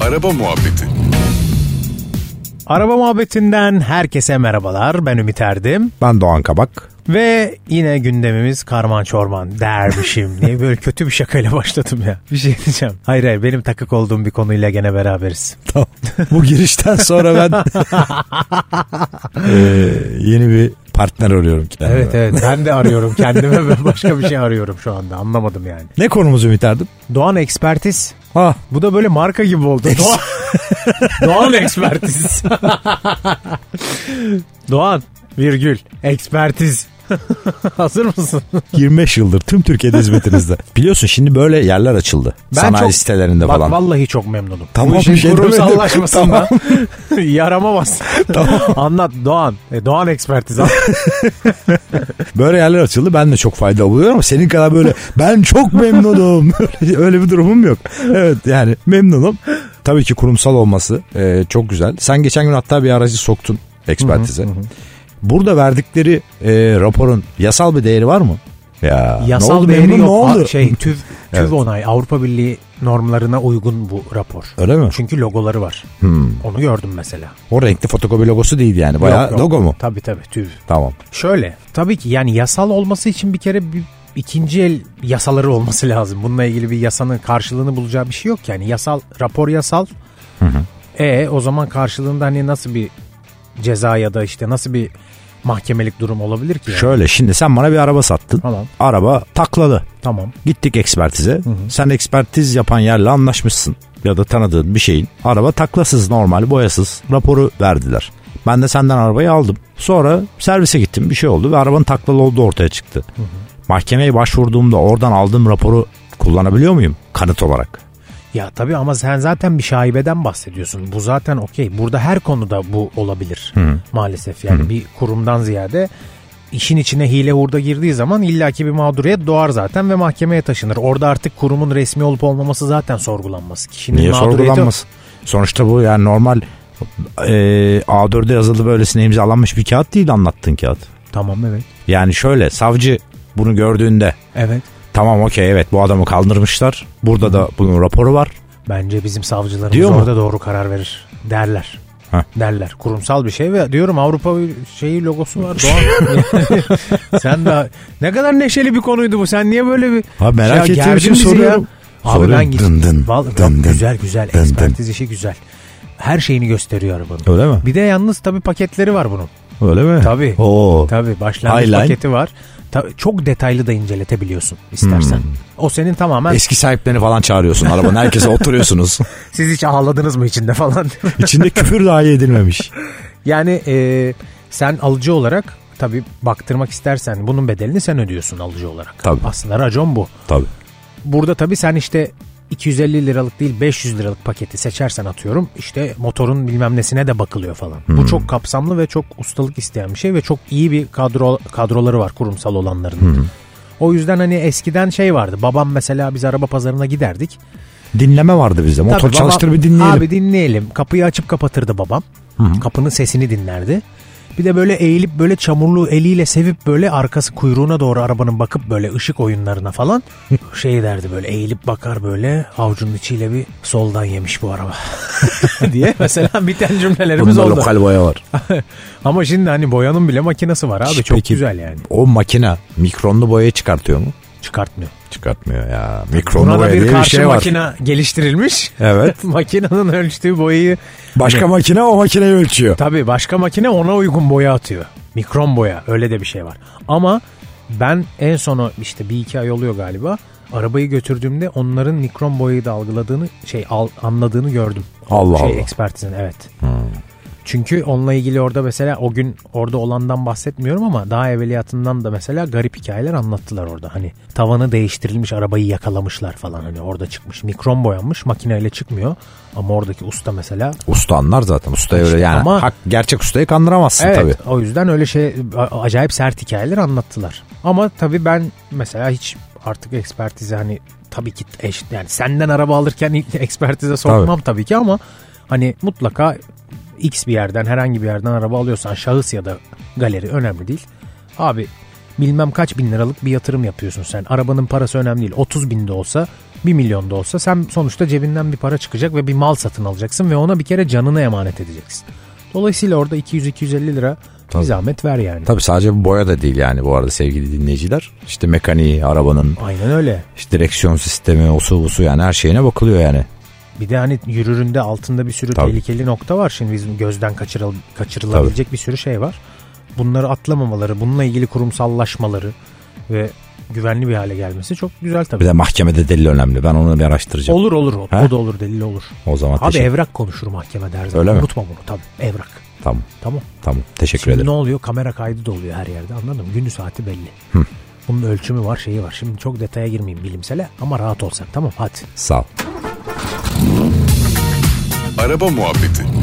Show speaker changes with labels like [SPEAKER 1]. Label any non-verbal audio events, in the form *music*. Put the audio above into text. [SPEAKER 1] Araba Muhabbeti
[SPEAKER 2] Araba muhabbetinden herkese merhabalar. Ben Ümit Erdim.
[SPEAKER 3] Ben Doğan Kabak.
[SPEAKER 2] Ve yine gündemimiz karman çorman *laughs* dermişim. Niye böyle kötü bir şakayla başladım ya? Bir şey diyeceğim. Hayır hayır benim takık olduğum bir konuyla gene beraberiz.
[SPEAKER 3] Tamam. Bu girişten
[SPEAKER 2] *laughs*
[SPEAKER 3] sonra ben Ee, yeni bir partner arıyorum kendime.
[SPEAKER 2] Evet evet ben de arıyorum *laughs* kendime ve başka bir şey arıyorum şu anda anlamadım yani.
[SPEAKER 3] Ne konumuz Ümit Ah, Erdim?
[SPEAKER 2] Doğan ekspertiz.
[SPEAKER 3] Ha.
[SPEAKER 2] Bu da böyle marka gibi oldu. Doğan, *laughs* Doğan ekspertiz. *laughs* Doğan virgül ekspertiz. *laughs* Hazır mısın?
[SPEAKER 3] 25 yıldır tüm Türkiye'de hizmetinizde. Biliyorsun şimdi böyle yerler açıldı. Sanayi
[SPEAKER 2] çok-
[SPEAKER 3] sitelerinde
[SPEAKER 2] Bak,
[SPEAKER 3] falan.
[SPEAKER 2] vallahi çok memnunum.
[SPEAKER 3] Tamam,
[SPEAKER 2] Bu işin
[SPEAKER 3] bir şey demedim.
[SPEAKER 2] *laughs* kurumsallaşmasından yarama bas. Anlat Doğan. E, Doğan ekspertiz.
[SPEAKER 3] Böyle yerler açıldı ben de çok fayda buluyorum ama senin
[SPEAKER 2] *laughs*
[SPEAKER 3] kadar böyle ben çok memnunum. Öyle bir durumum yok. Evet yani memnunum. Tabii ki kurumsal olması e, çok güzel. Sen geçen gün hatta bir aracı soktun ekspertize. Burada verdikleri e, raporun yasal bir değeri var mı? Ya, ne
[SPEAKER 2] Yasal
[SPEAKER 3] oldu,
[SPEAKER 2] değeri
[SPEAKER 3] memnun,
[SPEAKER 2] yok.
[SPEAKER 3] Ne oldu?
[SPEAKER 2] Aa, Şey, TÜV, TÜV
[SPEAKER 3] Evet.
[SPEAKER 2] onay Avrupa Birliği normlarına uygun bu rapor.
[SPEAKER 3] Öyle mi?
[SPEAKER 2] Çünkü logoları var.
[SPEAKER 3] Hmm.
[SPEAKER 2] Onu gördüm mesela.
[SPEAKER 3] O renkli fotokopi logosu değil yani. Bayağı
[SPEAKER 2] Yok, yok.
[SPEAKER 3] logo mu?
[SPEAKER 2] Tabii tabii TÜV.
[SPEAKER 3] Tamam.
[SPEAKER 2] Şöyle tabii ki yani yasal olması için bir kere bir ikinci el yasaları olması *laughs* lazım. Bununla ilgili bir yasanın karşılığını bulacağı bir şey yok yani. Yasal rapor yasal. E o zaman karşılığında hani nasıl bir ceza ya da işte nasıl bir mahkemelik durum olabilir ki? yani?
[SPEAKER 3] Şöyle şimdi sen bana bir araba sattın.
[SPEAKER 2] Tamam
[SPEAKER 3] Araba taklalı.
[SPEAKER 2] tamam.
[SPEAKER 3] Gittik ekspertize. Sen ekspertiz yapan yerle anlaşmışsın ya da tanıdığın bir şeyin. Araba taklasız normal boyasız raporu verdiler. Ben de senden arabayı aldım. Sonra servise gittim bir şey oldu ve arabanın taklalı olduğu ortaya çıktı. Mahkemeye başvurduğumda oradan aldığım raporu kullanabiliyor muyum kanıt olarak?
[SPEAKER 2] Ya tabii ama sen zaten bir şaibeden bahsediyorsun. Bu zaten okey. Burada her konuda bu olabilir maalesef. Yani bir kurumdan ziyade işin içine hile hurda girdiği zaman illaki bir mağduriyet doğar zaten ve mahkemeye taşınır. Orada artık kurumun resmi olup olmaması zaten sorgulanması. Kişinin
[SPEAKER 3] Niye
[SPEAKER 2] mağduriyeti-
[SPEAKER 3] sorgulanmasın? Sonuçta bu yani normal e, A4'de yazılı böylesine imzalanmış bir kağıt değil anlattığın kağıt.
[SPEAKER 2] Tamam evet.
[SPEAKER 3] Yani şöyle savcı bunu gördüğünde
[SPEAKER 2] Evet.
[SPEAKER 3] Tamam okey evet bu adamı kaldırmışlar. Burada da bunun raporu var.
[SPEAKER 2] Bence bizim savcılarımız
[SPEAKER 3] Diyor mu?
[SPEAKER 2] orada doğru karar verir derler.
[SPEAKER 3] Heh.
[SPEAKER 2] Derler. Kurumsal bir şey ve diyorum Avrupa bir şeyi logosu var.
[SPEAKER 3] şey
[SPEAKER 2] Doğan. *laughs* Sen de ne kadar neşeli bir konuydu bu. Sen niye böyle bir
[SPEAKER 3] Ha, merak
[SPEAKER 2] Ya
[SPEAKER 3] ettiğim
[SPEAKER 2] gerdin
[SPEAKER 3] için
[SPEAKER 2] bizi
[SPEAKER 3] soruyorum.
[SPEAKER 2] ya. Abi
[SPEAKER 3] Soruyorum.
[SPEAKER 2] ben gittim.
[SPEAKER 3] Dın dın,
[SPEAKER 2] Vallahi bak,
[SPEAKER 3] dın dın,
[SPEAKER 2] güzel güzel.
[SPEAKER 3] dın
[SPEAKER 2] Ekspertiz işi güzel. Her şeyini gösteriyor arabanın.
[SPEAKER 3] Öyle mi?
[SPEAKER 2] Bir de yalnız tabii paketleri var bunun.
[SPEAKER 3] Öyle mi?
[SPEAKER 2] Tabii.
[SPEAKER 3] Oo.
[SPEAKER 2] Tabii başlangıç
[SPEAKER 3] Highline.
[SPEAKER 2] paketi var. Tabii, çok detaylı da inceletebiliyorsun istersen. O senin tamamen
[SPEAKER 3] Hmm. Eski sahiplerini falan çağırıyorsun arabanın. Herkese oturuyorsunuz.
[SPEAKER 2] siz hiç ağladınız mı içinde *laughs* falan.
[SPEAKER 3] *laughs* İçinde küfür dahi edilmemiş.
[SPEAKER 2] yani e, sen alıcı olarak tabii baktırmak istersen bunun bedelini sen ödüyorsun alıcı olarak.
[SPEAKER 3] Tabii.
[SPEAKER 2] Aslında racon bu.
[SPEAKER 3] Tabii.
[SPEAKER 2] Burada tabii sen işte 250 liralık değil 500 liralık paketi seçersen atıyorum işte motorun bilmem nesine de bakılıyor falan. Bu çok kapsamlı ve çok ustalık isteyen bir şey ve çok iyi bir kadro kadroları var kurumsal olanların. O yüzden hani eskiden şey vardı. Babam mesela biz araba pazarına giderdik.
[SPEAKER 3] Dinleme vardı bizde. Motor
[SPEAKER 2] Tabii baba-
[SPEAKER 3] çalıştır bir dinleyelim.
[SPEAKER 2] Abi dinleyelim. Kapıyı açıp kapatırdı babam. Kapının sesini dinlerdi. Bir de böyle eğilip böyle çamurlu eliyle sevip böyle arkası kuyruğuna doğru arabanın bakıp böyle ışık oyunlarına
[SPEAKER 3] *laughs*
[SPEAKER 2] falan şey derdi böyle eğilip bakar böyle avucunun içiyle bir soldan yemiş bu araba *laughs*
[SPEAKER 3] *laughs*
[SPEAKER 2] diye mesela biten cümlelerimiz
[SPEAKER 3] Bunda
[SPEAKER 2] oldu.
[SPEAKER 3] lokal boya var.
[SPEAKER 2] Ama şimdi hani boyanın bile makinesi var abi
[SPEAKER 3] Şş,
[SPEAKER 2] çok
[SPEAKER 3] peki,
[SPEAKER 2] güzel yani
[SPEAKER 3] O makine mikronlu boyayı çıkartıyor mu?
[SPEAKER 2] çıkartmıyor.
[SPEAKER 3] Çıkartmıyor ya. Mikronlu
[SPEAKER 2] Buna da
[SPEAKER 3] boya
[SPEAKER 2] bir
[SPEAKER 3] diye bir
[SPEAKER 2] karşı
[SPEAKER 3] şey var.
[SPEAKER 2] makine geliştirilmiş. *laughs*
[SPEAKER 3] Evet.
[SPEAKER 2] Makinenin ölçtüğü boyayı
[SPEAKER 3] Başka makine o makineyi ölçüyor.
[SPEAKER 2] Tabii başka makine ona uygun boya atıyor. Mikron boya öyle de bir şey var. Ama ben en sonu işte bir iki ay oluyor galiba. Arabayı götürdüğümde onların mikron boyayı da algıladığını şey al, anladığını gördüm.
[SPEAKER 3] Allah
[SPEAKER 2] şey,
[SPEAKER 3] Allah. Hmm.
[SPEAKER 2] Ekspertizin evet. Çünkü onunla ilgili orada mesela o gün orada olandan bahsetmiyorum ama daha evveliyatından da mesela garip hikayeler anlattılar orada. Hani tavanı değiştirilmiş arabayı yakalamışlar falan hani orada çıkmış. Mikron boyanmış makineyle çıkmıyor. Ama oradaki usta mesela
[SPEAKER 3] Usta anlar zaten. Ustaya öyle yani.
[SPEAKER 2] ama-
[SPEAKER 3] hak- gerçek ustayı kandıramazsın
[SPEAKER 2] Evet
[SPEAKER 3] tabii.
[SPEAKER 2] o yüzden öyle şey a- acayip sert hikayeler anlattılar. Ama tabii ben mesela hiç artık ekspertize hani tabii ki eş, yani senden araba alırken *laughs* ilk ekspertize sormam tabii. ki ama hani mutlaka X bir yerden herhangi bir yerden araba alıyorsan şahıs ya da galeri önemli değil. Abi bilmem kaç bin liralık bir yatırım yapıyorsun sen. Arabanın parası önemli değil. 30 bin de olsa 1 milyon da olsa sen sonuçta cebinden bir para çıkacak ve bir mal satın alacaksın ve ona bir kere canını emanet edeceksin. Dolayısıyla orada 200-250 lira
[SPEAKER 3] Tabii.
[SPEAKER 2] bir zahmet ver yani.
[SPEAKER 3] Tabii sadece bu boya da değil yani bu arada sevgili dinleyiciler. İşte mekaniği, arabanın,
[SPEAKER 2] Aynen öyle.
[SPEAKER 3] işte direksiyon sistemi, osu busu yani her şeyine bakılıyor yani.
[SPEAKER 2] Bir de hani yürüründe altında bir sürü
[SPEAKER 3] Tabii.
[SPEAKER 2] tehlikeli nokta var. Şimdi bizim gözden kaçırıl, kaçırılabilecek bir sürü şey var. Bunları atlamamaları, bununla ilgili kurumsallaşmaları ve güvenli bir hale gelmesi çok güzel tabii.
[SPEAKER 3] Bir de mahkemede delil önemli. Ben onu bir araştıracağım.
[SPEAKER 2] Olur olur o.
[SPEAKER 3] Ha?
[SPEAKER 2] O da olur delil olur.
[SPEAKER 3] o zaman
[SPEAKER 2] Abi
[SPEAKER 3] teşekkür.
[SPEAKER 2] evrak konuşur mahkemede her zaman.
[SPEAKER 3] Öyle mi?
[SPEAKER 2] Unutma bunu tabii evrak.
[SPEAKER 3] Tamam,
[SPEAKER 2] Tamam.
[SPEAKER 3] tamam. Teşekkür
[SPEAKER 2] Şimdi
[SPEAKER 3] ederim.
[SPEAKER 2] ne oluyor? Kamera kaydı da oluyor her yerde anladın mı? Günü saati belli. Bunun ölçümü var şeyi var. Şimdi çok detaya girmeyeyim bilimsele ama rahat ol sen tamam hadi.
[SPEAKER 3] Sağ ol.
[SPEAKER 1] Araba Muhabbeti